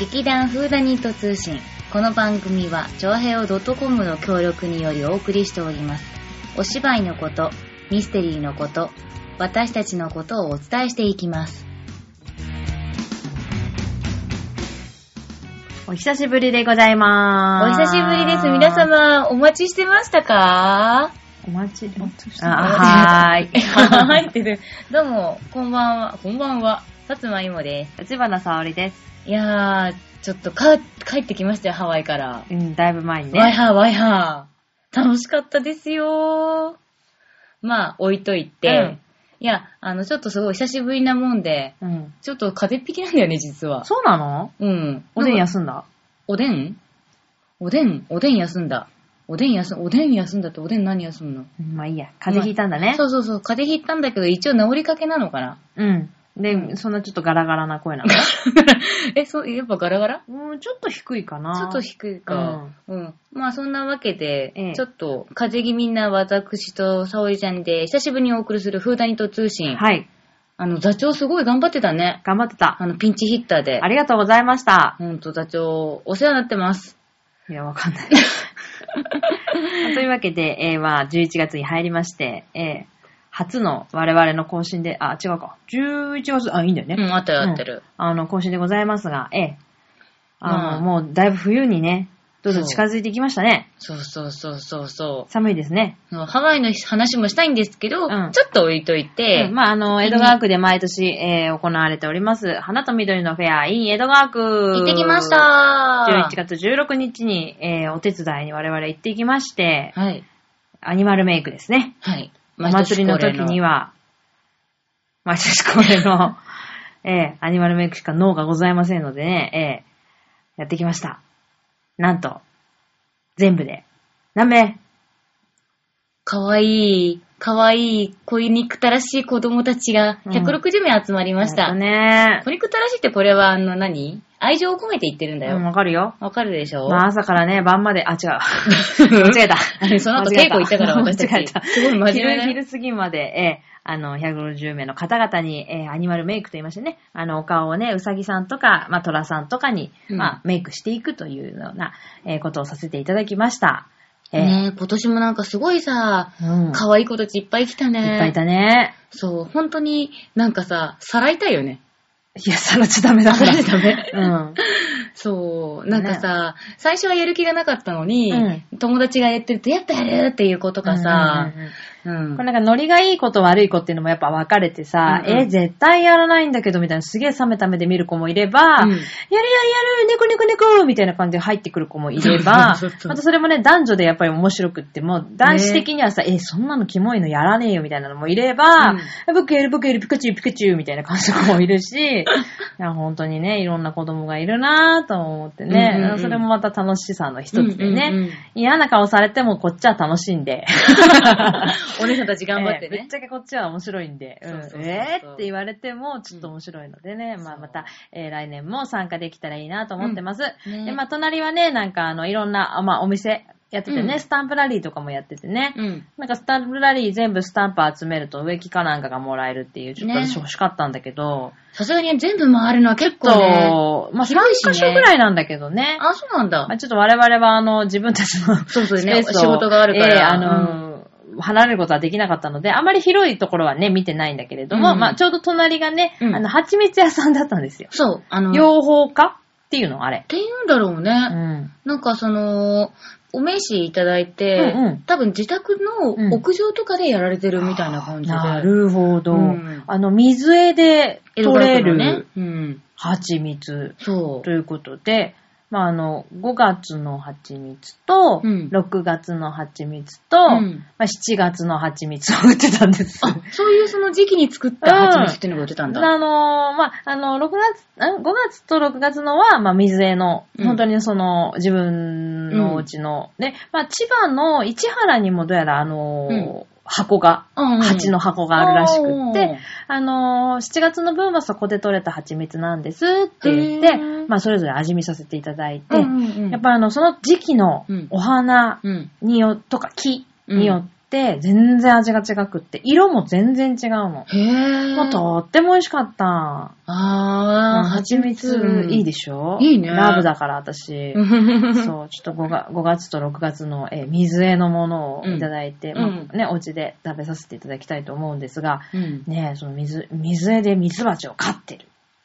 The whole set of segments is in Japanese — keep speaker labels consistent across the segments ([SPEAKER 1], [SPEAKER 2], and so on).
[SPEAKER 1] 劇団フーダニット通信。この番組は、ちょわへお .com の協力によりお送りしております。お芝居のこと、ミステリーのこと、私たちのことをお伝えしていきます。
[SPEAKER 2] お久しぶりでござい
[SPEAKER 1] お
[SPEAKER 2] まーす。
[SPEAKER 1] 久しぶりです。皆。様、お待ちしてました か
[SPEAKER 2] お待ち、
[SPEAKER 1] してます
[SPEAKER 2] あ、は ーい。
[SPEAKER 1] はい、ってねどうも、こんばんは。こんばんは。さつまいもです。
[SPEAKER 2] 立花沙織です。
[SPEAKER 1] いやー、ちょっとか、帰ってきましたよ、ハワイから。
[SPEAKER 2] うん、だいぶ前に
[SPEAKER 1] ワイ
[SPEAKER 2] ね。
[SPEAKER 1] ハー、ワイハー。楽しかったですよー。まあ、置いといて、
[SPEAKER 2] うん
[SPEAKER 1] いや、あの、ちょっとすごい久しぶりなもんで、
[SPEAKER 2] うん。
[SPEAKER 1] ちょっと風邪っぴきなんだよね、実は。
[SPEAKER 2] そうなの
[SPEAKER 1] うん。
[SPEAKER 2] おでん
[SPEAKER 1] なんか
[SPEAKER 2] 休んだ
[SPEAKER 1] おでんおでんおでん休んだ。おでん休ん、おでん休んだっておでん何休むの
[SPEAKER 2] うんまあいいや。風邪ひいたんだね
[SPEAKER 1] そ。うそうそう、風邪ひいたんだけど、一応治りかけなのか な
[SPEAKER 2] うん。で、そんなちょっとガラガラな声なの
[SPEAKER 1] え、そう、やっぱガラガラ
[SPEAKER 2] うん、ちょっと低いかな。
[SPEAKER 1] ちょっと低いか。うん。まあそんなわけで、
[SPEAKER 2] ええ
[SPEAKER 1] ちょっと風邪気味な私と沙織ちゃんで久しぶりにお送りするフーダニット通信。
[SPEAKER 2] はい。
[SPEAKER 1] あの、座長すごい頑張ってたね。
[SPEAKER 2] 頑張ってた
[SPEAKER 1] あ。の、ピンチヒッターで
[SPEAKER 2] あ。りがとうございました。
[SPEAKER 1] ほんと座長、お世話になってます。
[SPEAKER 2] いや、わかんない。 というわけで、えー、まあ、11月に入りまして、えー、初の我々の更新で、あ、違うか。11月、あ、いいんだよね。
[SPEAKER 1] うん、あったよ、あったる。
[SPEAKER 2] あの、更新でございますが、ええ。あ
[SPEAKER 1] ま
[SPEAKER 2] の、もうだいぶ冬にね、どんどん近づいてきましたね。
[SPEAKER 1] そうそうそうそうそ
[SPEAKER 2] 寒いですね。
[SPEAKER 1] う。ハワイの話もしたいんですけど、
[SPEAKER 2] うん
[SPEAKER 1] ちょっと置いといて、
[SPEAKER 2] うんまあ、あの、
[SPEAKER 1] いい
[SPEAKER 2] 江
[SPEAKER 1] ね
[SPEAKER 2] 戸川区で毎年、えー行われております、花と緑のフェア in 江戸川区。
[SPEAKER 1] 行ってきまし。た
[SPEAKER 2] 11月16日に、えーお手伝いに我々行ってきまして、
[SPEAKER 1] はい。
[SPEAKER 2] アニマルメイクですね。
[SPEAKER 1] はい。
[SPEAKER 2] お祭りの時に
[SPEAKER 1] は。
[SPEAKER 2] は、毎年恒例の、えーアニマルメイクしか脳がございませんのでね、えーやってきました。なんと、全部で、何名
[SPEAKER 1] かわいい、かわいい、恋憎たらしい子供たちが
[SPEAKER 2] うん
[SPEAKER 1] 160名集まりまし
[SPEAKER 2] え
[SPEAKER 1] た。
[SPEAKER 2] っとね
[SPEAKER 1] 恋憎たらしいってこれはあの何愛情を込めて言ってるんだ
[SPEAKER 2] う
[SPEAKER 1] よ。
[SPEAKER 2] ん、
[SPEAKER 1] わ、
[SPEAKER 2] わかるよ。
[SPEAKER 1] かるでしょ、。
[SPEAKER 2] まあ、朝からね、晩まで、あ、違う。間違えた
[SPEAKER 1] その後稽古行ったから私たち
[SPEAKER 2] 間違えた
[SPEAKER 1] すごい真面目だね
[SPEAKER 2] 昼昼過ぎまで、えーあの、150名の方々に、えーアニマルメイクと言いましてね、あの、お顔をね、うさぎさんとか、まあ、トラさんとかに、
[SPEAKER 1] うん
[SPEAKER 2] まあ、メイクしていくというような、えーことをさせていただきました。えー
[SPEAKER 1] ねえ今年もなんかすごいさ、
[SPEAKER 2] うん。
[SPEAKER 1] かわいい子たちいっぱい来たね。
[SPEAKER 2] いっぱいいたね。
[SPEAKER 1] そう、本当になんかさ、さらいたいよね。
[SPEAKER 2] いや、さらちダメだ
[SPEAKER 1] さ
[SPEAKER 2] からら
[SPEAKER 1] い。たね。
[SPEAKER 2] うん。
[SPEAKER 1] そう、なんかさ、最初はやる気がなかったのに、
[SPEAKER 2] う
[SPEAKER 1] 友達がやってると、やったやるっていう 子とかさ
[SPEAKER 2] う、んうんうん
[SPEAKER 1] うん
[SPEAKER 2] これなんかノリがいい子と悪い子っていうのもやっぱ分かれてさ、
[SPEAKER 1] うんうん
[SPEAKER 2] え、絶対やらないんだけどみたいなすげえ冷めた目で見る子もいれば、
[SPEAKER 1] うん
[SPEAKER 2] やるやるやる、猫猫猫みたいな感じで入ってくる子もいれ ば、
[SPEAKER 1] そうそうそう
[SPEAKER 2] またそれもね、男女でやっぱり面白くっても、男子的にはさ、え、そんなのキモいのやらねえよみたいなのもいれば、僕やる僕やるピカチュウピカチュウみたいな感じの子もいるし、 いや本当にね、いろんな子供がいるなぁと思ってね、
[SPEAKER 1] うんうんうん
[SPEAKER 2] それもまた楽しさの一つでね、
[SPEAKER 1] うんうんうん
[SPEAKER 2] 嫌な顔されてもこっちは楽しんで、
[SPEAKER 1] お姉さんたち頑張って
[SPEAKER 2] ええぶ
[SPEAKER 1] ね
[SPEAKER 2] っ。ちゃけこっちは面白いんで、うん
[SPEAKER 1] そうそうそうそう
[SPEAKER 2] えーって言われてもちょっと面白いのでね、まあまた、えー来年も参加できたらいいなと思ってます。
[SPEAKER 1] うんね
[SPEAKER 2] で、まあ隣はね、なんかあの、いろんな、あまあお店やっててね、
[SPEAKER 1] うん
[SPEAKER 2] スタンプラリーとかもやっててね、
[SPEAKER 1] うん。
[SPEAKER 2] なんかスタンプラリー全部スタンプ集めると植木かなんかがもらえるっていう、ちょっと
[SPEAKER 1] ね
[SPEAKER 2] 私欲しかったんだけど、
[SPEAKER 1] さすがに全部回るのは結構ね。
[SPEAKER 2] と、まあ3
[SPEAKER 1] 広いしね
[SPEAKER 2] 箇所ぐらいなんだけどね、
[SPEAKER 1] あ、そうなんだ
[SPEAKER 2] ま。あちょっと我々はあの、自分たちの
[SPEAKER 1] そうそう
[SPEAKER 2] ス
[SPEAKER 1] ね。
[SPEAKER 2] ペー
[SPEAKER 1] お
[SPEAKER 2] スを
[SPEAKER 1] 仕事があるから。
[SPEAKER 2] ええあのー離れることはできなかったので、あまり広いところはね、見てないんだけれども、
[SPEAKER 1] うん
[SPEAKER 2] まあ、ちょうど隣がね、
[SPEAKER 1] うん
[SPEAKER 2] あの、蜂蜜屋さんだったんですよ。
[SPEAKER 1] そう、あの、っ
[SPEAKER 2] 養蜂家っていうのあれ。
[SPEAKER 1] ていうんだろう
[SPEAKER 2] う
[SPEAKER 1] ね。
[SPEAKER 2] ん。
[SPEAKER 1] なんかその、お名刺いただいて、
[SPEAKER 2] うんうん
[SPEAKER 1] 多分自宅の屋上とかでやられてるみたいな感じで。
[SPEAKER 2] なるほど。
[SPEAKER 1] うん
[SPEAKER 2] あの、水絵で
[SPEAKER 1] 江
[SPEAKER 2] 取
[SPEAKER 1] 戸川
[SPEAKER 2] れ
[SPEAKER 1] 区のね
[SPEAKER 2] る。
[SPEAKER 1] うん。
[SPEAKER 2] 蜂蜜
[SPEAKER 1] そ
[SPEAKER 2] ということで、まあ、あの、5月の蜂蜜と、
[SPEAKER 1] うん
[SPEAKER 2] 6月の蜂蜜と、
[SPEAKER 1] うん
[SPEAKER 2] まあ、7月の蜂蜜を売ってたん です。
[SPEAKER 1] う。そういうその時期に作った蜂蜜っていうのが出たんだ。
[SPEAKER 2] あのーまあ、あの、6月、ん ?5 月と6月のは、まあ、水江の、
[SPEAKER 1] うん
[SPEAKER 2] 本当にその、自分のうちの、ね、まあ、千葉の市原にもどうやら、あのー
[SPEAKER 1] う
[SPEAKER 2] 箱が、
[SPEAKER 1] うんうん
[SPEAKER 2] 蜂の箱があるらしくっ
[SPEAKER 1] おー
[SPEAKER 2] て、あのー7月の分はそこで取れた蜂蜜なんですって言っ
[SPEAKER 1] へ
[SPEAKER 2] て
[SPEAKER 1] ー、
[SPEAKER 2] まあ、それぞれ味見させていただいて、
[SPEAKER 1] うんうんうん
[SPEAKER 2] やっぱあの、その時期の
[SPEAKER 1] うん
[SPEAKER 2] お花
[SPEAKER 1] うん。
[SPEAKER 2] によ、とか木によっって、全然味が違くって、色も全然違うの。
[SPEAKER 1] へぇー。
[SPEAKER 2] もうとっても美味しかった。
[SPEAKER 1] あー、
[SPEAKER 2] 蜂蜜いいで
[SPEAKER 1] し
[SPEAKER 2] しょ
[SPEAKER 1] いいね
[SPEAKER 2] ラブだから私。
[SPEAKER 1] ょ。
[SPEAKER 2] そう、ちょっと 5, が5月と6月の、えー水絵のものをいただいて、
[SPEAKER 1] うん
[SPEAKER 2] まあ
[SPEAKER 1] うん
[SPEAKER 2] ね、お家で食べさせていただきたいと思うんですが、
[SPEAKER 1] うん。
[SPEAKER 2] ね、その水、水絵で水鉢を飼って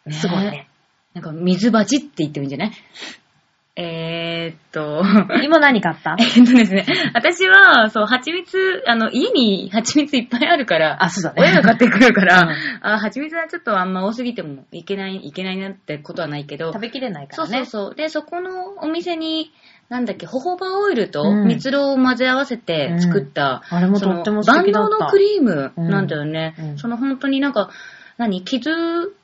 [SPEAKER 2] る。すごいね。
[SPEAKER 1] なんか、水鉢って言ってるんじゃないえーっと、
[SPEAKER 2] 今何買った
[SPEAKER 1] えっとですね、私は、そう、蜂蜜、あの、家に蜂蜜いっぱいあるから、
[SPEAKER 2] あ、そうだね。
[SPEAKER 1] 親が買ってくるから、
[SPEAKER 2] うん
[SPEAKER 1] あ、蜂蜜はちょっとあんま多すぎてもいけない、いけないなってことはないけど、
[SPEAKER 2] 食べきれないか
[SPEAKER 1] そう
[SPEAKER 2] ら
[SPEAKER 1] そう
[SPEAKER 2] ね。
[SPEAKER 1] そう。で、そこのお店に、なんだっけ、ホホバオイルと
[SPEAKER 2] うん
[SPEAKER 1] 蜜ろを混ぜ合わせて作った、
[SPEAKER 2] あれも
[SPEAKER 1] そ
[SPEAKER 2] と
[SPEAKER 1] の
[SPEAKER 2] っても素敵だっ
[SPEAKER 1] 万能の
[SPEAKER 2] た
[SPEAKER 1] ク。リームなんだよね。
[SPEAKER 2] うんうん
[SPEAKER 1] その本当になんか、何傷、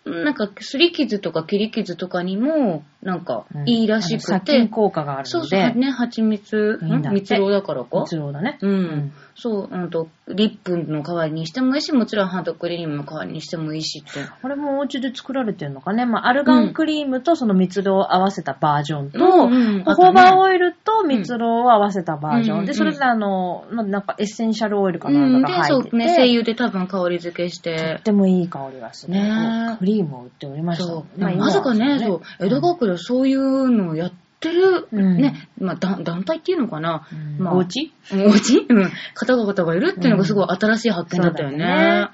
[SPEAKER 1] なんか、すり傷とか切り傷とかにも、なんか
[SPEAKER 2] う、ん
[SPEAKER 1] いいらし
[SPEAKER 2] あ
[SPEAKER 1] く
[SPEAKER 2] の殺菌
[SPEAKER 1] て。
[SPEAKER 2] 効果がある
[SPEAKER 1] そう
[SPEAKER 2] の
[SPEAKER 1] そう、
[SPEAKER 2] で、
[SPEAKER 1] ね、蜂蜜、
[SPEAKER 2] いいんだ
[SPEAKER 1] ん
[SPEAKER 2] って
[SPEAKER 1] 蜜ろだからか。
[SPEAKER 2] 蜜ろだね。
[SPEAKER 1] うん、
[SPEAKER 2] ん
[SPEAKER 1] そう、うんと、リップの代わりにしてもいいし、もちろんハンドクリームの代わりにしてもいいしって。
[SPEAKER 2] これもお家で作られてるのかね。まあ、アルガンクリームとその蜜ろを合わせたバージョンと、
[SPEAKER 1] うん
[SPEAKER 2] ホホバ
[SPEAKER 1] イ
[SPEAKER 2] オイルと蜜ろを合わせたバージョン。
[SPEAKER 1] うん
[SPEAKER 2] で、それぞれあの、まあなんかエッセンシャルオイルか
[SPEAKER 1] ル
[SPEAKER 2] なんんか
[SPEAKER 1] で
[SPEAKER 2] が、入
[SPEAKER 1] そ
[SPEAKER 2] ってて、
[SPEAKER 1] うね、精油で多分香り付けし
[SPEAKER 2] と
[SPEAKER 1] て
[SPEAKER 2] っ。てもいい香りがする。
[SPEAKER 1] ねえ
[SPEAKER 2] クリームを売っておりました。
[SPEAKER 1] そう。
[SPEAKER 2] あ
[SPEAKER 1] まさかね、そう、江戸川区でそういうのをやってる、
[SPEAKER 2] うん
[SPEAKER 1] ね、まあ、だ団体っていうのかな、
[SPEAKER 2] うん
[SPEAKER 1] まあ
[SPEAKER 2] お家
[SPEAKER 1] おうちうん、方々がいるっていうのがすごい新しい発見だったよ
[SPEAKER 2] そうだ
[SPEAKER 1] ね
[SPEAKER 2] ね。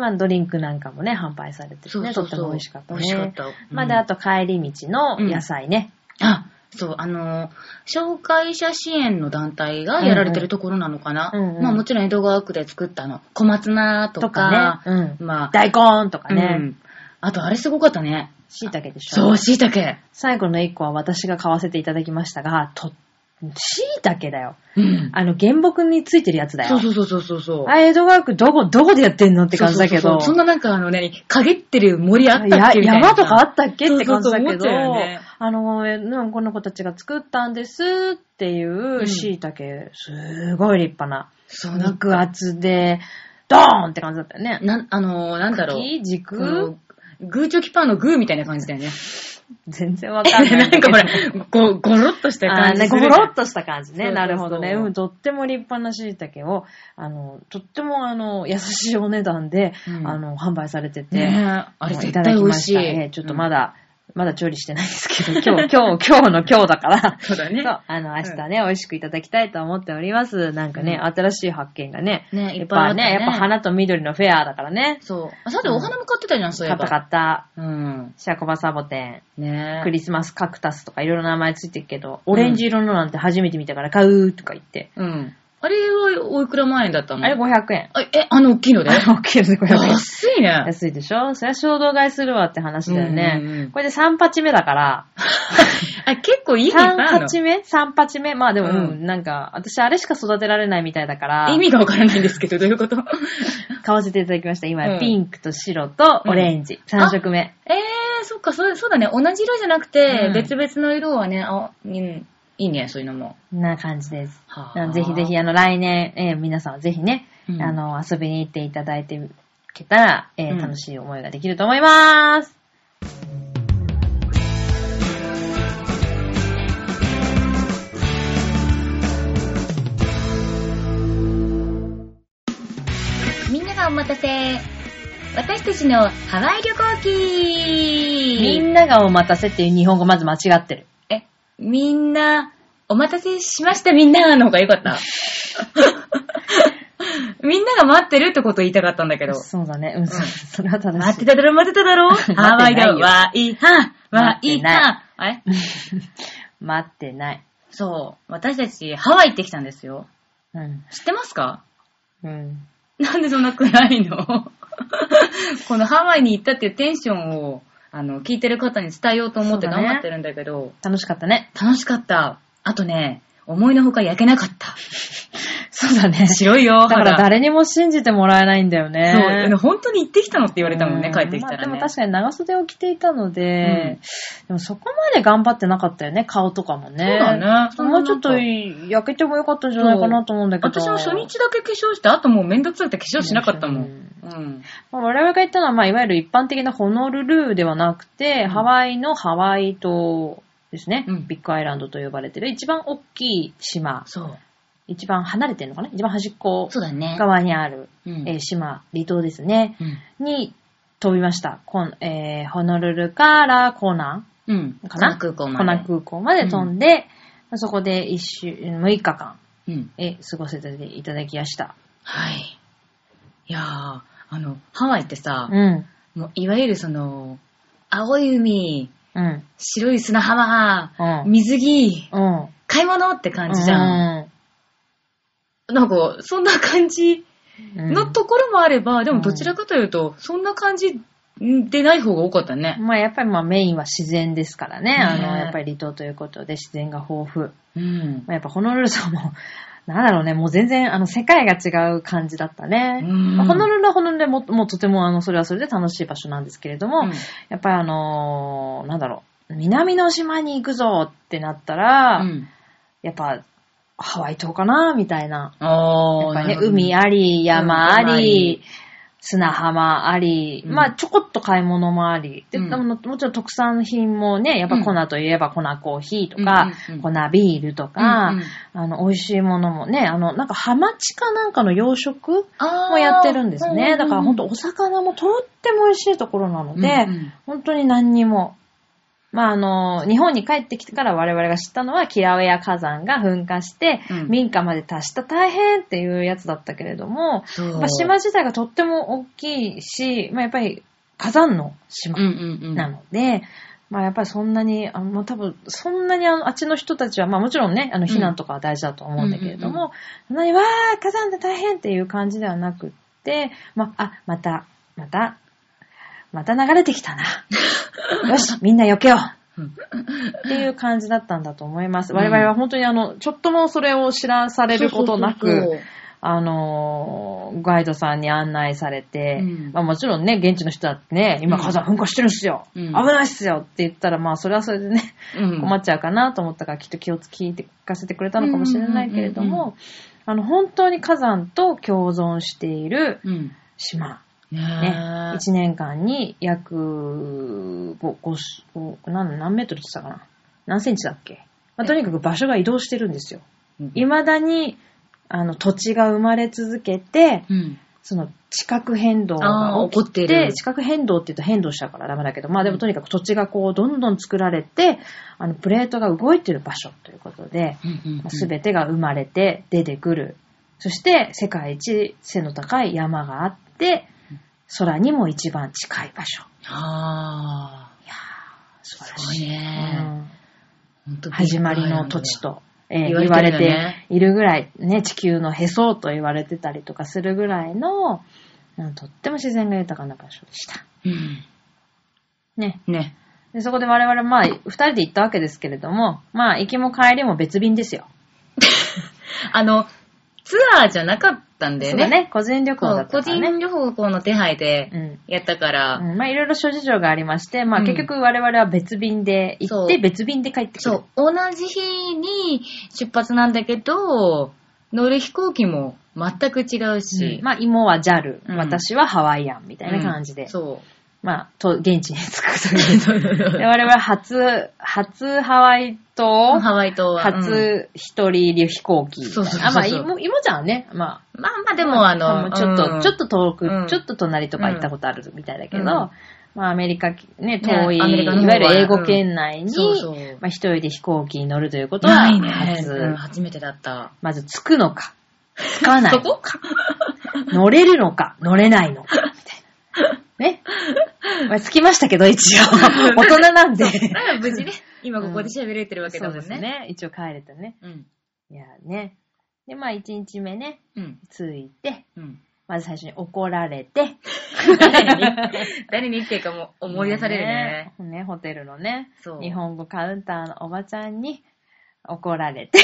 [SPEAKER 2] まあ、ドリンクなんかもね、販売されてて
[SPEAKER 1] そう
[SPEAKER 2] ね、
[SPEAKER 1] そ
[SPEAKER 2] と
[SPEAKER 1] う
[SPEAKER 2] って
[SPEAKER 1] そう。
[SPEAKER 2] も美味しかったね。
[SPEAKER 1] 美味しかった。うん
[SPEAKER 2] まあ、で、あと帰り道の野菜ね。
[SPEAKER 1] あ、そう、あのー、障害者支援の団体がやられてるところなのかな。
[SPEAKER 2] うんうん
[SPEAKER 1] まあもちろん江戸川区で作ったの、小松菜とか、
[SPEAKER 2] とかね。うん。
[SPEAKER 1] まあ、
[SPEAKER 2] 大根とか
[SPEAKER 1] う
[SPEAKER 2] ね。
[SPEAKER 1] んあとあれすごかったね。
[SPEAKER 2] 椎茸でしょ。
[SPEAKER 1] そう、椎茸。
[SPEAKER 2] 最後の一個は私が買わせていただきましたが、と、椎茸だよ。
[SPEAKER 1] うん。
[SPEAKER 2] あの、原木についてるやつだよ。
[SPEAKER 1] そうそうそうそうそう。
[SPEAKER 2] あ、江戸川区どこ、どこでやってんのって感じだけど。
[SPEAKER 1] そうそうそうそんななんかあのね、陰ってる森あったっけみた
[SPEAKER 2] や
[SPEAKER 1] いな。
[SPEAKER 2] 山とかあったっけって感
[SPEAKER 1] そ
[SPEAKER 2] じだけ
[SPEAKER 1] う
[SPEAKER 2] ど、
[SPEAKER 1] そうそう思っちゃうよね
[SPEAKER 2] あの、えうんこの子たちが作ったんですってい
[SPEAKER 1] うん
[SPEAKER 2] う椎茸、すごい立派な。
[SPEAKER 1] そう、なんか、
[SPEAKER 2] 肉厚で、ドーンって感じだったよね。
[SPEAKER 1] なん、あのー、なんだろう。
[SPEAKER 2] 茎
[SPEAKER 1] こ
[SPEAKER 2] 軸
[SPEAKER 1] のグーチョキパーのグーみたいな感じだよね。
[SPEAKER 2] 全然わかんない。
[SPEAKER 1] なんかほら、ご、ごろっとした
[SPEAKER 2] あ
[SPEAKER 1] 感
[SPEAKER 2] ー
[SPEAKER 1] じ
[SPEAKER 2] ね、
[SPEAKER 1] す
[SPEAKER 2] ゴ
[SPEAKER 1] る。
[SPEAKER 2] ロっとした感じ
[SPEAKER 1] そうそうそ
[SPEAKER 2] ね。
[SPEAKER 1] う
[SPEAKER 2] なるほどね。うん、とっても立派な椎茸を、あの、とってもあの、優しいお値段で、
[SPEAKER 1] うん
[SPEAKER 2] あの、販売されてて。
[SPEAKER 1] ねえ、あれ
[SPEAKER 2] もう
[SPEAKER 1] 絶
[SPEAKER 2] いた
[SPEAKER 1] 対
[SPEAKER 2] だ
[SPEAKER 1] 美
[SPEAKER 2] きま
[SPEAKER 1] 味し
[SPEAKER 2] したね
[SPEAKER 1] い。
[SPEAKER 2] ちょっとまだ、まだ調理してないですけど、今日、 今日、今日の今日だから
[SPEAKER 1] うん。。そうだ
[SPEAKER 2] そ
[SPEAKER 1] ね。
[SPEAKER 2] うあの、明日ね、美味しくいただきたいと思っております。なんかね、
[SPEAKER 1] うん
[SPEAKER 2] 新しい発見がね。
[SPEAKER 1] ねい
[SPEAKER 2] や
[SPEAKER 1] っ
[SPEAKER 2] っ
[SPEAKER 1] ぱいあっ
[SPEAKER 2] ぱ
[SPEAKER 1] たね
[SPEAKER 2] ね、やっぱ花と緑のフェアだからね。
[SPEAKER 1] そう。あ、さてお花も買ってたじゃん、そういえ
[SPEAKER 2] 買っ
[SPEAKER 1] ば。
[SPEAKER 2] た買った。
[SPEAKER 1] うん。
[SPEAKER 2] シャコバサボテ
[SPEAKER 1] ね
[SPEAKER 2] ン、
[SPEAKER 1] え。
[SPEAKER 2] クリスマスカクタスとかいろいろ名前ついてるけど、オレンジ色のなんて初めて見たから買うとか言って。
[SPEAKER 1] うん。あれはおいくら万円だったの
[SPEAKER 2] あれ500円。
[SPEAKER 1] あえ、あの大きいので
[SPEAKER 2] あ の大きいやつ500円。
[SPEAKER 1] 安いね。
[SPEAKER 2] 安いでしょそりゃ衝動買いするわって話だよね。
[SPEAKER 1] うんうんうん
[SPEAKER 2] これで3鉢目だから、
[SPEAKER 1] あ、結構いいの
[SPEAKER 2] 3
[SPEAKER 1] ある
[SPEAKER 2] 鉢目 ?3 鉢目まあで
[SPEAKER 1] う
[SPEAKER 2] も、うんん、なんか、私あれしか育てられないみたいだから
[SPEAKER 1] の。意、味がわからないんですけど、どういうこと
[SPEAKER 2] 買わせていただきました。今、
[SPEAKER 1] うん
[SPEAKER 2] ピンクと白とオレンジ。3色目。
[SPEAKER 1] えー、そっか、そうそうだね。同じ色じゃなくて
[SPEAKER 2] う、ん
[SPEAKER 1] 別々の色はね、あ、うん、いいね、そういうのも。
[SPEAKER 2] な感じです。
[SPEAKER 1] は
[SPEAKER 2] なのでぜひぜひ、あの、来年、えー皆さんはぜひね、
[SPEAKER 1] うん
[SPEAKER 2] あの、遊びに行っていただいてけたら、えー
[SPEAKER 1] うん
[SPEAKER 2] 楽しい思いができると思います。
[SPEAKER 1] みんながお待たせ。私たちのハワイ旅行記
[SPEAKER 2] みんながお待たせっていう日本語まず間違ってる。
[SPEAKER 1] え、みんな、お待たせしましたみんなの方がよか った。みんなが待ってるってこと言いたかったんだけど。
[SPEAKER 2] そうだね。うん、そうそれは正しい。
[SPEAKER 1] 待ってただろ、待ってた だろ。
[SPEAKER 2] てないよ
[SPEAKER 1] ハワイだわ、いは、わ、いは。え
[SPEAKER 2] 待ってない。
[SPEAKER 1] そう。私たち、ハワイ行ってきたんですよ。
[SPEAKER 2] うん。
[SPEAKER 1] 知ってますか
[SPEAKER 2] うん。
[SPEAKER 1] なんでそんな暗いの このハワイに行ったっていうテンションを、あの、聞いてる方に伝えようと思って
[SPEAKER 2] そうだ
[SPEAKER 1] 頑
[SPEAKER 2] ね
[SPEAKER 1] 張ってるんだけど、
[SPEAKER 2] 楽しかったね。
[SPEAKER 1] 楽しかった。あとね、思いのほか焼けなかった。
[SPEAKER 2] そうだね。
[SPEAKER 1] 白いよ、
[SPEAKER 2] だから
[SPEAKER 1] 肌
[SPEAKER 2] 誰にも信じてもらえないんだよね。
[SPEAKER 1] そう、本当に行ってきたのって言われたもんね、
[SPEAKER 2] う
[SPEAKER 1] 帰ってきたらね。
[SPEAKER 2] まあでも確かに長袖を着ていたので、でもそこまで頑張ってなかったよね、顔とかもね。
[SPEAKER 1] そうだね
[SPEAKER 2] もうちょっと焼けてもよかったんじゃないかなと思うんだけど。
[SPEAKER 1] 私も初日だけ化粧して、あともうめんどくさくて化粧しなかったもん。
[SPEAKER 2] う
[SPEAKER 1] うん。
[SPEAKER 2] まあ我々が言ったのは、まあ、いわゆる一般的なホノルルーではなくて、
[SPEAKER 1] うん
[SPEAKER 2] ハワイのハワイ島ですね、
[SPEAKER 1] うん
[SPEAKER 2] ビッグアイランドと呼ばれてる一番大きい島
[SPEAKER 1] そう。
[SPEAKER 2] 一番離れてるのかな一番端っこ
[SPEAKER 1] そうだね。
[SPEAKER 2] 側にある、
[SPEAKER 1] うん
[SPEAKER 2] えー島、離島ですね。
[SPEAKER 1] うん。
[SPEAKER 2] に飛びました。こんえーホノルルからコナ
[SPEAKER 1] うん。コ
[SPEAKER 2] かな
[SPEAKER 1] ナ空港
[SPEAKER 2] ン、
[SPEAKER 1] まで。
[SPEAKER 2] コナン空港まで飛んで、そこで一週、6日間、
[SPEAKER 1] うん。
[SPEAKER 2] えー過ごせていただきました。
[SPEAKER 1] はい。いやー、あの、ハワイってさ、
[SPEAKER 2] うん。
[SPEAKER 1] もういわゆるその、青い海、
[SPEAKER 2] うん。
[SPEAKER 1] 白い砂浜、
[SPEAKER 2] うん。
[SPEAKER 1] 水着、
[SPEAKER 2] うん。
[SPEAKER 1] 買い物って感じじゃん。
[SPEAKER 2] うん。
[SPEAKER 1] なんか、そんな感じ
[SPEAKER 2] うん
[SPEAKER 1] のところもあれば、で
[SPEAKER 2] う
[SPEAKER 1] も
[SPEAKER 2] ん
[SPEAKER 1] どちらかというと、そんな感じでない方が多かったね。
[SPEAKER 2] まあやっぱりまあメインは自然ですからね。
[SPEAKER 1] ねえ
[SPEAKER 2] あの、やっぱり離島ということで自然が豊富。
[SPEAKER 1] うん。
[SPEAKER 2] まあ、やっぱホノルルさんも、なんだろう ね、もう全然あの世界が違う感じだったね。
[SPEAKER 1] うん
[SPEAKER 2] まあホノルルはホノルルでももうとてもあのそれはそれで楽しい場所なんですけれども、
[SPEAKER 1] うん
[SPEAKER 2] やっぱりあのーなんだろう、南の島に行くぞってなったら、
[SPEAKER 1] うん。
[SPEAKER 2] やっぱハワイ島かなみたいな。や
[SPEAKER 1] あ
[SPEAKER 2] っ
[SPEAKER 1] ー
[SPEAKER 2] ぱ
[SPEAKER 1] な
[SPEAKER 2] り
[SPEAKER 1] る
[SPEAKER 2] ね、
[SPEAKER 1] ほど
[SPEAKER 2] 海あり、山あ
[SPEAKER 1] うん山あ
[SPEAKER 2] り
[SPEAKER 1] り、
[SPEAKER 2] 砂浜あり、
[SPEAKER 1] うん
[SPEAKER 2] まあちょこっと買い物もあり、で、
[SPEAKER 1] うん
[SPEAKER 2] あのもちろん特産品もね、やっぱ
[SPEAKER 1] うん
[SPEAKER 2] 粉といえば粉コーヒーとか、
[SPEAKER 1] うんうんうん
[SPEAKER 2] 粉ビールとか、
[SPEAKER 1] うんうん
[SPEAKER 2] あの、美味しいものもね、あの、なんかハマチかなんかの養殖
[SPEAKER 1] あー
[SPEAKER 2] もやってるんです
[SPEAKER 1] ううう
[SPEAKER 2] ね。だから本当お魚もとっても美味しいところなので、
[SPEAKER 1] うんうん
[SPEAKER 2] 本当に何にも。まあ、あの、日本に帰ってきてから我々が知ったのは、キラウエア火山が噴火して、
[SPEAKER 1] うん
[SPEAKER 2] 民家まで達した大変っていうやつだったけれども、
[SPEAKER 1] そう
[SPEAKER 2] まあ、島自体がとっても大きいし、まあ、やっぱり火山の島
[SPEAKER 1] うんうんうん
[SPEAKER 2] なので、まあやっぱりそんなに、あのまあ多分そんなにあのあっちの人たちは、まあもちろんね、あの避難とかは大事だと思うんだけれども、そんなにわー、火山で大変っていう感じではなくって、まあ、あ、また、また、また流れてき たな。よし、みんな避けよう
[SPEAKER 1] うん
[SPEAKER 2] っていう感じだったんだと思います。
[SPEAKER 1] うん
[SPEAKER 2] 我々は本当にあの、ちょっともそれを知らされることな
[SPEAKER 1] そ
[SPEAKER 2] く、
[SPEAKER 1] うそうそうそう
[SPEAKER 2] あのーガイドさんに案内されて、
[SPEAKER 1] うん
[SPEAKER 2] まあもちろんね、現地の人だってね、今火山噴火してるっすよ、
[SPEAKER 1] うん
[SPEAKER 2] 危ないっすよって言ったら、まあそれはそれでね、
[SPEAKER 1] うん
[SPEAKER 2] 困っちゃうかなと思ったから、きっと気をつけて、聞かせてくれたのかもしれないけれど
[SPEAKER 1] うん
[SPEAKER 2] も、あの、本当に火山と共存している
[SPEAKER 1] うん。
[SPEAKER 2] 島。ね
[SPEAKER 1] ね。
[SPEAKER 2] 1年間に約5、ごご何、何メートルって言ってたかな何センチだっけ、まあ、とにかく場所が移動してるんですよ。
[SPEAKER 1] 今、
[SPEAKER 2] 未だに、あの、土地が生まれ続けて、
[SPEAKER 1] うん。
[SPEAKER 2] その、地殻変動
[SPEAKER 1] あ
[SPEAKER 2] が
[SPEAKER 1] ー起
[SPEAKER 2] 起き
[SPEAKER 1] こ
[SPEAKER 2] て、
[SPEAKER 1] ってる
[SPEAKER 2] 地殻変動って言うと変動しちゃうからダメだけど、まあでもとにかく土地がこう、どんどん作られて、あの、プレートが動いてる場所ということで、すべてが生まれて出てくる。そして、世界一背の高い山があって、空にも一番近い場所。
[SPEAKER 1] あ
[SPEAKER 2] いやー、素
[SPEAKER 1] あ、
[SPEAKER 2] 晴
[SPEAKER 1] す
[SPEAKER 2] ら
[SPEAKER 1] ご
[SPEAKER 2] し
[SPEAKER 1] い
[SPEAKER 2] い。
[SPEAKER 1] ね。
[SPEAKER 2] うん
[SPEAKER 1] 本当
[SPEAKER 2] 始まりの土地。と、えー
[SPEAKER 1] 言
[SPEAKER 2] 言
[SPEAKER 1] わ
[SPEAKER 2] わ
[SPEAKER 1] れてるよね
[SPEAKER 2] れているぐらい、ね、地球のへそと言われてたりとかするぐらいの、うんとっても自然が豊かな場所でした。
[SPEAKER 1] うん。
[SPEAKER 2] ね。
[SPEAKER 1] ね。
[SPEAKER 2] でそこで我々、まあ、二人で行ったわけですけれども、まあ、行きも帰りも別便ですよ。
[SPEAKER 1] あの、ツアーじゃなかったんだ
[SPEAKER 2] そ
[SPEAKER 1] よ
[SPEAKER 2] うだ
[SPEAKER 1] ね。
[SPEAKER 2] ね。個人旅行
[SPEAKER 1] そ
[SPEAKER 2] だ
[SPEAKER 1] う
[SPEAKER 2] っ
[SPEAKER 1] 個
[SPEAKER 2] たから
[SPEAKER 1] 人
[SPEAKER 2] ね。
[SPEAKER 1] 旅行の手配
[SPEAKER 2] う
[SPEAKER 1] で
[SPEAKER 2] ん。
[SPEAKER 1] やったから、
[SPEAKER 2] うんまあ、いろいろ諸事情がありまして、まあ、
[SPEAKER 1] うん
[SPEAKER 2] 結局我々は別便で行って、
[SPEAKER 1] そう
[SPEAKER 2] 別便で帰ってくる。
[SPEAKER 1] そう、同じ日に出発なんだけど、乗る飛行機も全く違う
[SPEAKER 2] うん
[SPEAKER 1] し、
[SPEAKER 2] まあ、芋は JAL、
[SPEAKER 1] うん
[SPEAKER 2] 私はハワイアンみたいな感じで。
[SPEAKER 1] うんそ
[SPEAKER 2] まあ、と、現地に着く と いう。で、我々は初、初ハワイ
[SPEAKER 1] う。
[SPEAKER 2] 島、
[SPEAKER 1] ハワイ島は。うん
[SPEAKER 2] 初一人流飛行機みたいな。
[SPEAKER 1] そうそうそうそう
[SPEAKER 2] あ、まあ、いも、いもちゃんはね、まあ、
[SPEAKER 1] まあまあでも、
[SPEAKER 2] ま
[SPEAKER 1] あの、
[SPEAKER 2] ちょっと、
[SPEAKER 1] うん
[SPEAKER 2] ちょっと遠く、
[SPEAKER 1] うん
[SPEAKER 2] ちょっと隣とか行ったことあるみたいだけど、
[SPEAKER 1] うん
[SPEAKER 2] まあ、アメリカ、ね、遠い、
[SPEAKER 1] アメリカの
[SPEAKER 2] い
[SPEAKER 1] 方
[SPEAKER 2] わ
[SPEAKER 1] は
[SPEAKER 2] ゆる英語圏内に、
[SPEAKER 1] そうそう
[SPEAKER 2] まあ、一人で飛行機に乗るということは、
[SPEAKER 1] ないね。
[SPEAKER 2] 初、
[SPEAKER 1] うん初めてだった。
[SPEAKER 2] まず着くのか、着かない
[SPEAKER 1] そ
[SPEAKER 2] のか
[SPEAKER 1] こ
[SPEAKER 2] 乗れるのか、乗れないのか、みた いな。ね。まあ、着きましたけど、一応。大人なんで。
[SPEAKER 1] だから無事ね、今ここで喋れてるわけだもんね。
[SPEAKER 2] そうですね。一応帰れたね。
[SPEAKER 1] うん。
[SPEAKER 2] いやね。で、まあ、一日目ね、
[SPEAKER 1] うん。
[SPEAKER 2] 着いて、
[SPEAKER 1] うん。
[SPEAKER 2] まず最初に怒ら れて。
[SPEAKER 1] 誰に、誰にっていうかもう思い出されるね。
[SPEAKER 2] ね。ねホテルのね、
[SPEAKER 1] そう。
[SPEAKER 2] 日本語カウンターのおばちゃんに怒られて、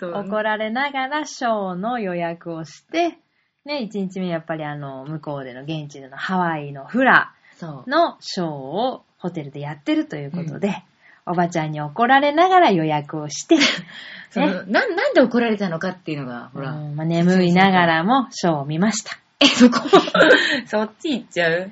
[SPEAKER 1] そう。
[SPEAKER 2] 怒られながらショーの予約をして、ね、一日目やっぱりあの、向こうでの現地でのハワイのフラ、
[SPEAKER 1] そう。
[SPEAKER 2] のショーをホテルでやってるということで、おばちゃんに怒られながら予約をして、
[SPEAKER 1] そのなん、なんで怒られたのかっていうのが、ほら。
[SPEAKER 2] うんまあ眠いながらもショーを見ました。
[SPEAKER 1] え、そこそっち行っちゃう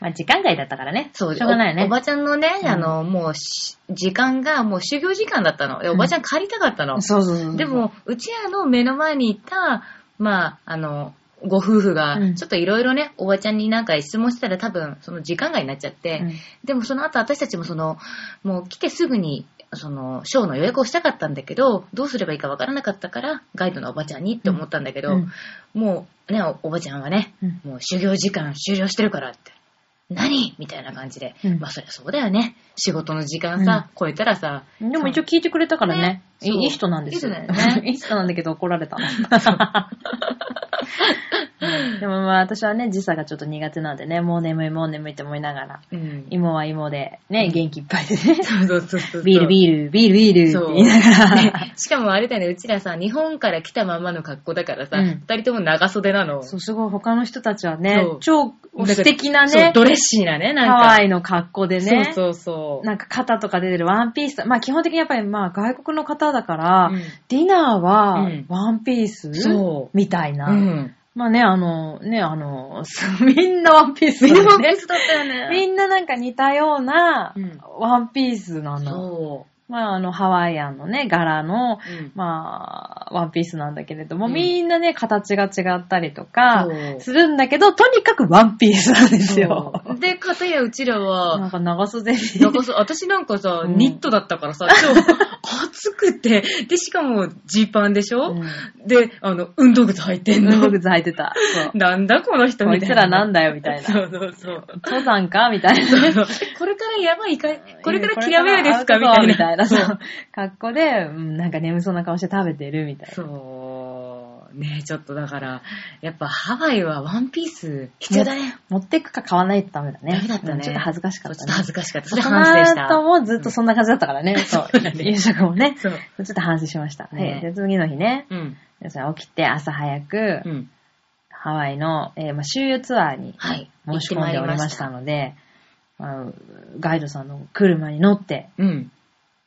[SPEAKER 2] まあ、時間外だったからね。
[SPEAKER 1] そう
[SPEAKER 2] しょうがないよ
[SPEAKER 1] お
[SPEAKER 2] ね
[SPEAKER 1] お。ばちゃんのね、
[SPEAKER 2] うん
[SPEAKER 1] あの、もうし、時間がもう修行時間だったの。でおばちゃん借りたかったの。
[SPEAKER 2] そうそうそうそう。
[SPEAKER 1] で、も、うちらの目の前にいた、まあ、あの、ご夫婦が
[SPEAKER 2] うん、
[SPEAKER 1] ちょっといろいろね、おばちゃんになんか質問したら多分、その時間外になっちゃって、
[SPEAKER 2] うん
[SPEAKER 1] でもその後私たちもその、もう来てすぐに、その、ショーの予約をしたかったんだけど、どうすればいいかわからなかったから、ガイドのおばちゃんにって思ったんだけど、
[SPEAKER 2] うん
[SPEAKER 1] もうね、おおばちゃんはね、
[SPEAKER 2] うん
[SPEAKER 1] もう修行時間終了してるからって。何みたいな感じで。
[SPEAKER 2] うん
[SPEAKER 1] まあそりゃそうだよね。仕事の時間さ、超えたらさ、
[SPEAKER 2] でも一応聞いてくれたからね。
[SPEAKER 1] ね
[SPEAKER 2] いいいい人なんですよ。
[SPEAKER 1] いい人だよね
[SPEAKER 2] いい人なんだけど怒ら れたの。うんでもまあ私はね、時差がちょっと苦手なんでね、もう眠いもう眠いって思いながら、
[SPEAKER 1] うん。
[SPEAKER 2] 芋は芋でね、元気いっぱいでね、
[SPEAKER 1] そうそうそうそう。
[SPEAKER 2] ビールビール、ビールビールって
[SPEAKER 1] そう
[SPEAKER 2] 言いながら、
[SPEAKER 1] ねしかもあれだよね、うちらさ、日本から来たままの格好だからさ、
[SPEAKER 2] う
[SPEAKER 1] 二、
[SPEAKER 2] ん
[SPEAKER 1] 人とも長袖なの。
[SPEAKER 2] そう、すごい他の人たちはね
[SPEAKER 1] そう、
[SPEAKER 2] 超素敵な
[SPEAKER 1] そう
[SPEAKER 2] ね、
[SPEAKER 1] ドレッシーなね、なん
[SPEAKER 2] ハ
[SPEAKER 1] か。
[SPEAKER 2] ワイの格好でね、
[SPEAKER 1] そうそうそう。
[SPEAKER 2] なんか肩とか出てるワンピースと、まあ基本的にやっぱりまあ外国の方だから、
[SPEAKER 1] うん
[SPEAKER 2] ディナーは
[SPEAKER 1] うん
[SPEAKER 2] ワンピース、
[SPEAKER 1] そう
[SPEAKER 2] みたいな。
[SPEAKER 1] うん。
[SPEAKER 2] まあね、あの、ね、あの、 みんなワンピース
[SPEAKER 1] み
[SPEAKER 2] だ
[SPEAKER 1] んなワ
[SPEAKER 2] よ
[SPEAKER 1] ンピー
[SPEAKER 2] ね。
[SPEAKER 1] スだったよね。
[SPEAKER 2] みんななんか似たような
[SPEAKER 1] うん
[SPEAKER 2] ワンピースなの。
[SPEAKER 1] そ
[SPEAKER 2] まああの、ハワイアンのね、柄
[SPEAKER 1] う。
[SPEAKER 2] の、
[SPEAKER 1] うん
[SPEAKER 2] まあ、ワンピースなんだけれども、
[SPEAKER 1] うん
[SPEAKER 2] みんなね、形が違ったりとか
[SPEAKER 1] そう、
[SPEAKER 2] するんだけど、とにかくワンピースなんですよ。
[SPEAKER 1] そうで、かたやうちら
[SPEAKER 2] な
[SPEAKER 1] は、
[SPEAKER 2] んか長袖に。
[SPEAKER 1] なんかさ、私なんかさ、
[SPEAKER 2] うん
[SPEAKER 1] ニットだった からさ、今日、暑くて、で、しかも、ジーパンでしょ、
[SPEAKER 2] うん
[SPEAKER 1] で、あの、運動靴履いて ん
[SPEAKER 2] 運動
[SPEAKER 1] の。
[SPEAKER 2] 靴履いてた。 そう。
[SPEAKER 1] なんだこの人
[SPEAKER 2] こ
[SPEAKER 1] み
[SPEAKER 2] い
[SPEAKER 1] た
[SPEAKER 2] つ
[SPEAKER 1] いな。
[SPEAKER 2] らなんだよ、みたい
[SPEAKER 1] そ
[SPEAKER 2] な。
[SPEAKER 1] うそうそう。
[SPEAKER 2] 登山かみたいな。
[SPEAKER 1] これからやばいかい、これからきらめやですかみ
[SPEAKER 2] こ
[SPEAKER 1] たいな。
[SPEAKER 2] れからアウトドアみたい
[SPEAKER 1] そ
[SPEAKER 2] な。そう。格好で、うんなんか眠そうな顔して食べてるみたいな。
[SPEAKER 1] う。そう。ねちょっとだから、やっぱハワイはワンピース必要だね。
[SPEAKER 2] 持っていくか買わないとダメだね。
[SPEAKER 1] ダメだったね
[SPEAKER 2] うんちょっと恥ずかしかっ
[SPEAKER 1] ちょっと
[SPEAKER 2] たね。
[SPEAKER 1] 恥ずかしかった。そ
[SPEAKER 2] そ
[SPEAKER 1] れ反省し
[SPEAKER 2] の
[SPEAKER 1] た。
[SPEAKER 2] 後もずっとそんな感じだったか らね。そう。夕食もね。
[SPEAKER 1] そう。
[SPEAKER 2] ちょっと反省しました。
[SPEAKER 1] ね
[SPEAKER 2] ね、で次の日ね、
[SPEAKER 1] うん。
[SPEAKER 2] 要するに起きて朝早く、
[SPEAKER 1] うん。
[SPEAKER 2] ハワイの、えーまあ、周遊ツアーに
[SPEAKER 1] はい。
[SPEAKER 2] 申し込んでおりました
[SPEAKER 1] 行って
[SPEAKER 2] ので、まあガイドさんの車に乗って
[SPEAKER 1] まいりました。うん。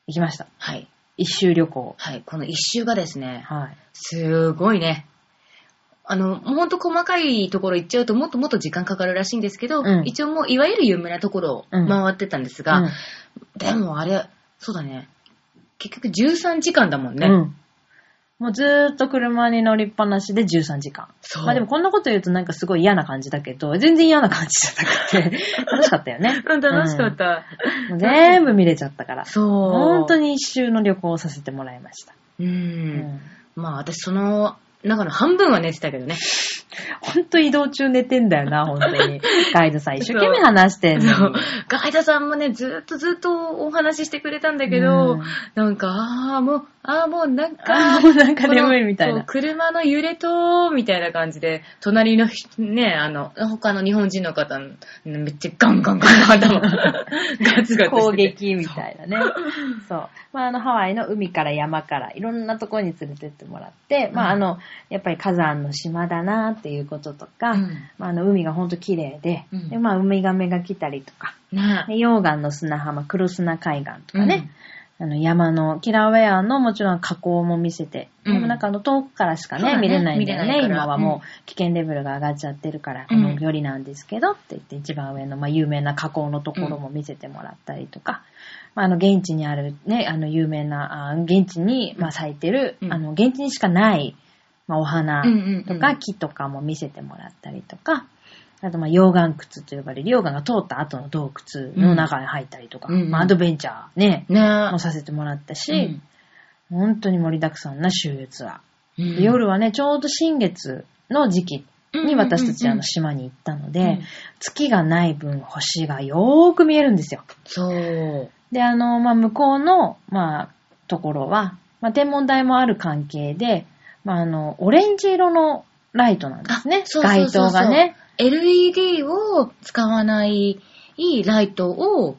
[SPEAKER 2] 行きました。
[SPEAKER 1] はい。
[SPEAKER 2] 一周旅行。
[SPEAKER 1] はい。この一周がですね、
[SPEAKER 2] はい。
[SPEAKER 1] すごいね。あの、ほんと細かいところ行っちゃうともっともっと時間かかるらしいんですけど、
[SPEAKER 2] うん
[SPEAKER 1] 一応もういわゆる有名なところを
[SPEAKER 2] うん
[SPEAKER 1] 回ってたんですが、
[SPEAKER 2] うん
[SPEAKER 1] でもあれ、そうだね。結局13時間だもんね。
[SPEAKER 2] うん。もうずーっと車に乗りっぱなしで13時間。
[SPEAKER 1] そう。
[SPEAKER 2] まあでもこんなこと言うとなんかすごい嫌な感じだけど、全然嫌な感じじ ゃなくて、楽しかったよね。
[SPEAKER 1] うん、楽しかった。
[SPEAKER 2] もう全部見れちゃったから。
[SPEAKER 1] そう。
[SPEAKER 2] 本当。に一周の旅行をさせてもらいました。
[SPEAKER 1] う。
[SPEAKER 2] うんん
[SPEAKER 1] まあ私その中の半分は寝てたけどね。
[SPEAKER 2] 本当移動中寝てんだ よな、本当に。ガイドさん一生懸命話してんの
[SPEAKER 1] そう
[SPEAKER 2] に。
[SPEAKER 1] ガイドさんもね、ずっとずっとお話ししてくれたんだけど、
[SPEAKER 2] うん
[SPEAKER 1] なんか、ああ、もう、ああ、もうなん
[SPEAKER 2] あ
[SPEAKER 1] か、
[SPEAKER 2] ーもうなんか
[SPEAKER 1] この
[SPEAKER 2] 眠いみたい
[SPEAKER 1] そう
[SPEAKER 2] な。
[SPEAKER 1] 車の揺れと、みたいな感じで、隣のひ、ね、あの、他の日本人の方、めっちゃガンガンガン 頭、ガツガツしてて
[SPEAKER 2] 攻撃みたいなね。そう。まあ、あの、ハワイの海から山からいろんなところに連れてってもらって、まあ、あ
[SPEAKER 1] うん
[SPEAKER 2] の、やっぱり火山の島だなっていうこととか、
[SPEAKER 1] うん
[SPEAKER 2] まあ、あの、海がほんと綺麗で、
[SPEAKER 1] うん
[SPEAKER 2] で、まあ、ウミガメが来たりとか、
[SPEAKER 1] ね
[SPEAKER 2] で溶岩の砂浜、黒砂海岸とかね、あの、山の、キラウェアのもちろん河口も見せて、
[SPEAKER 1] うん
[SPEAKER 2] でもなんかあの、遠くからしか
[SPEAKER 1] そう
[SPEAKER 2] ね、
[SPEAKER 1] だね
[SPEAKER 2] 見れないんだよ
[SPEAKER 1] 見れな
[SPEAKER 2] ね。
[SPEAKER 1] いから
[SPEAKER 2] 今はもう危険レベルが上がっちゃってるから、こ
[SPEAKER 1] う
[SPEAKER 2] の
[SPEAKER 1] ん
[SPEAKER 2] よりなんですけど、って言って一番上の、まあ、有名な河口のところも見せてもらったりとか、まあ、あの、現地にあるね、あの、有名な、あ現地に、まあ、咲いてる、
[SPEAKER 1] うん
[SPEAKER 2] あの、現地にしかない、まあ、お花
[SPEAKER 1] うんうんう
[SPEAKER 2] と
[SPEAKER 1] ん
[SPEAKER 2] か、木とかも見せてもらったりとか、あと、まあ、溶岩窟と呼ばれる、溶岩が通った後の洞窟の中に入ったりとか、
[SPEAKER 1] うんうん
[SPEAKER 2] まあ、アドベンチャーね、
[SPEAKER 1] ね
[SPEAKER 2] もさせてもらったし、
[SPEAKER 1] うん
[SPEAKER 2] 本当に盛りだくさんな周遊ツア
[SPEAKER 1] う
[SPEAKER 2] ー。
[SPEAKER 1] ん
[SPEAKER 2] で夜はね、ちょうど新月の時期に私たち
[SPEAKER 1] うんうんうんうん
[SPEAKER 2] あの島に行ったので、
[SPEAKER 1] うん
[SPEAKER 2] 月がない分星がよーく見えるんですよ。
[SPEAKER 1] そう。
[SPEAKER 2] で、あの、まあ、向こうの、まあ、ところは、まあ、天文台もある関係で、まあ、あの、オレンジ色のライトなんですね。
[SPEAKER 1] そうそうそうそう
[SPEAKER 2] 街灯がね。
[SPEAKER 1] LED を使わないいいライトを、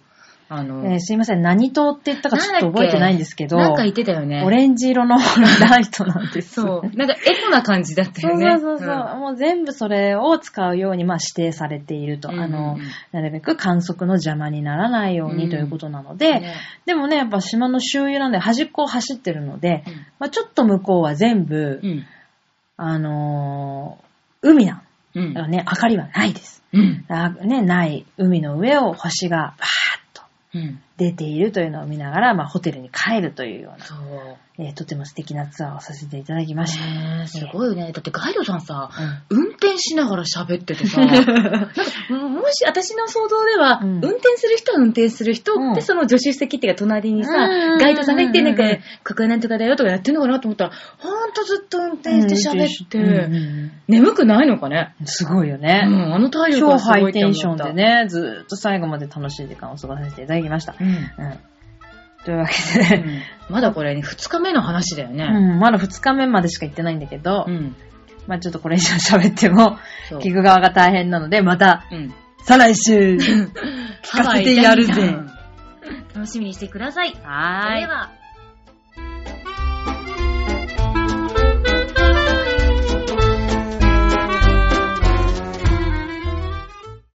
[SPEAKER 1] あの、
[SPEAKER 2] えーすいません、何灯って言ったかちょっと覚えてないんですけど、
[SPEAKER 1] なんか言ってたよね。
[SPEAKER 2] オレンジ色のライトなんです。
[SPEAKER 1] そう。なんかエコな感じだった
[SPEAKER 2] そ
[SPEAKER 1] よ
[SPEAKER 2] う
[SPEAKER 1] ね。
[SPEAKER 2] そうそうそう、
[SPEAKER 1] ん
[SPEAKER 2] もう全部それを使うように、まあ、指定されていると、
[SPEAKER 1] うん
[SPEAKER 2] あ
[SPEAKER 1] う
[SPEAKER 2] の
[SPEAKER 1] ん
[SPEAKER 2] なるべく観測の邪魔にならないよう
[SPEAKER 1] うん
[SPEAKER 2] にということなので、
[SPEAKER 1] ね
[SPEAKER 2] でもねやっぱ島の周遊なんで端っこを走ってるので、
[SPEAKER 1] うん
[SPEAKER 2] まあ、ちょっと向こうは全部、
[SPEAKER 1] うん。
[SPEAKER 2] あのー海なの。
[SPEAKER 1] うん
[SPEAKER 2] だからね、明かりはないです。
[SPEAKER 1] うん。
[SPEAKER 2] あね、ない海の上を星がバーッと
[SPEAKER 1] うん。
[SPEAKER 2] 出ているというのを見ながら、まあ、ホテルに帰るというような、
[SPEAKER 1] そう。
[SPEAKER 2] えーとても素敵なツアーをさせていただきました。
[SPEAKER 1] ねえすごいよね。だってガイドさんさ、
[SPEAKER 2] うん
[SPEAKER 1] 運転しながら喋ってて さ、なんかもし私の想像では、
[SPEAKER 2] うん
[SPEAKER 1] 運転する人は運転する人、
[SPEAKER 2] うん
[SPEAKER 1] で、その助手席っていうか隣にさ、
[SPEAKER 2] うんうんうんうん
[SPEAKER 1] ガイドさんが行って、なんか、ここはなんとかだよとかやってんのかなと思ったら、ほんとずっと運転して喋って、
[SPEAKER 2] うんうん
[SPEAKER 1] 眠くないのかね。
[SPEAKER 2] うんすごいよ
[SPEAKER 1] う
[SPEAKER 2] ね。
[SPEAKER 1] ん、あの体力
[SPEAKER 2] 超
[SPEAKER 1] はす
[SPEAKER 2] ハ
[SPEAKER 1] ごい
[SPEAKER 2] イ
[SPEAKER 1] って
[SPEAKER 2] テ
[SPEAKER 1] 思
[SPEAKER 2] ン
[SPEAKER 1] っ
[SPEAKER 2] ション
[SPEAKER 1] た
[SPEAKER 2] で。ね、ずーっと最後まで楽しい時間を過ごさせていただきました。うん。というわけ
[SPEAKER 1] う
[SPEAKER 2] で、
[SPEAKER 1] ん。まだこれね、2日目の話だよ
[SPEAKER 2] う
[SPEAKER 1] ね。
[SPEAKER 2] ん、まだ2日目までしか行ってないんだけど、
[SPEAKER 1] ん。
[SPEAKER 2] まあちょっとこれ以上喋っても、
[SPEAKER 1] そう。
[SPEAKER 2] 聞く側が大変なので、また、
[SPEAKER 1] うん。
[SPEAKER 2] 再来週聞
[SPEAKER 1] 聞
[SPEAKER 2] かせてやるぜ。
[SPEAKER 1] 楽しみにしてください。
[SPEAKER 2] は
[SPEAKER 1] そ
[SPEAKER 2] ー
[SPEAKER 1] れ
[SPEAKER 2] い
[SPEAKER 1] で。は、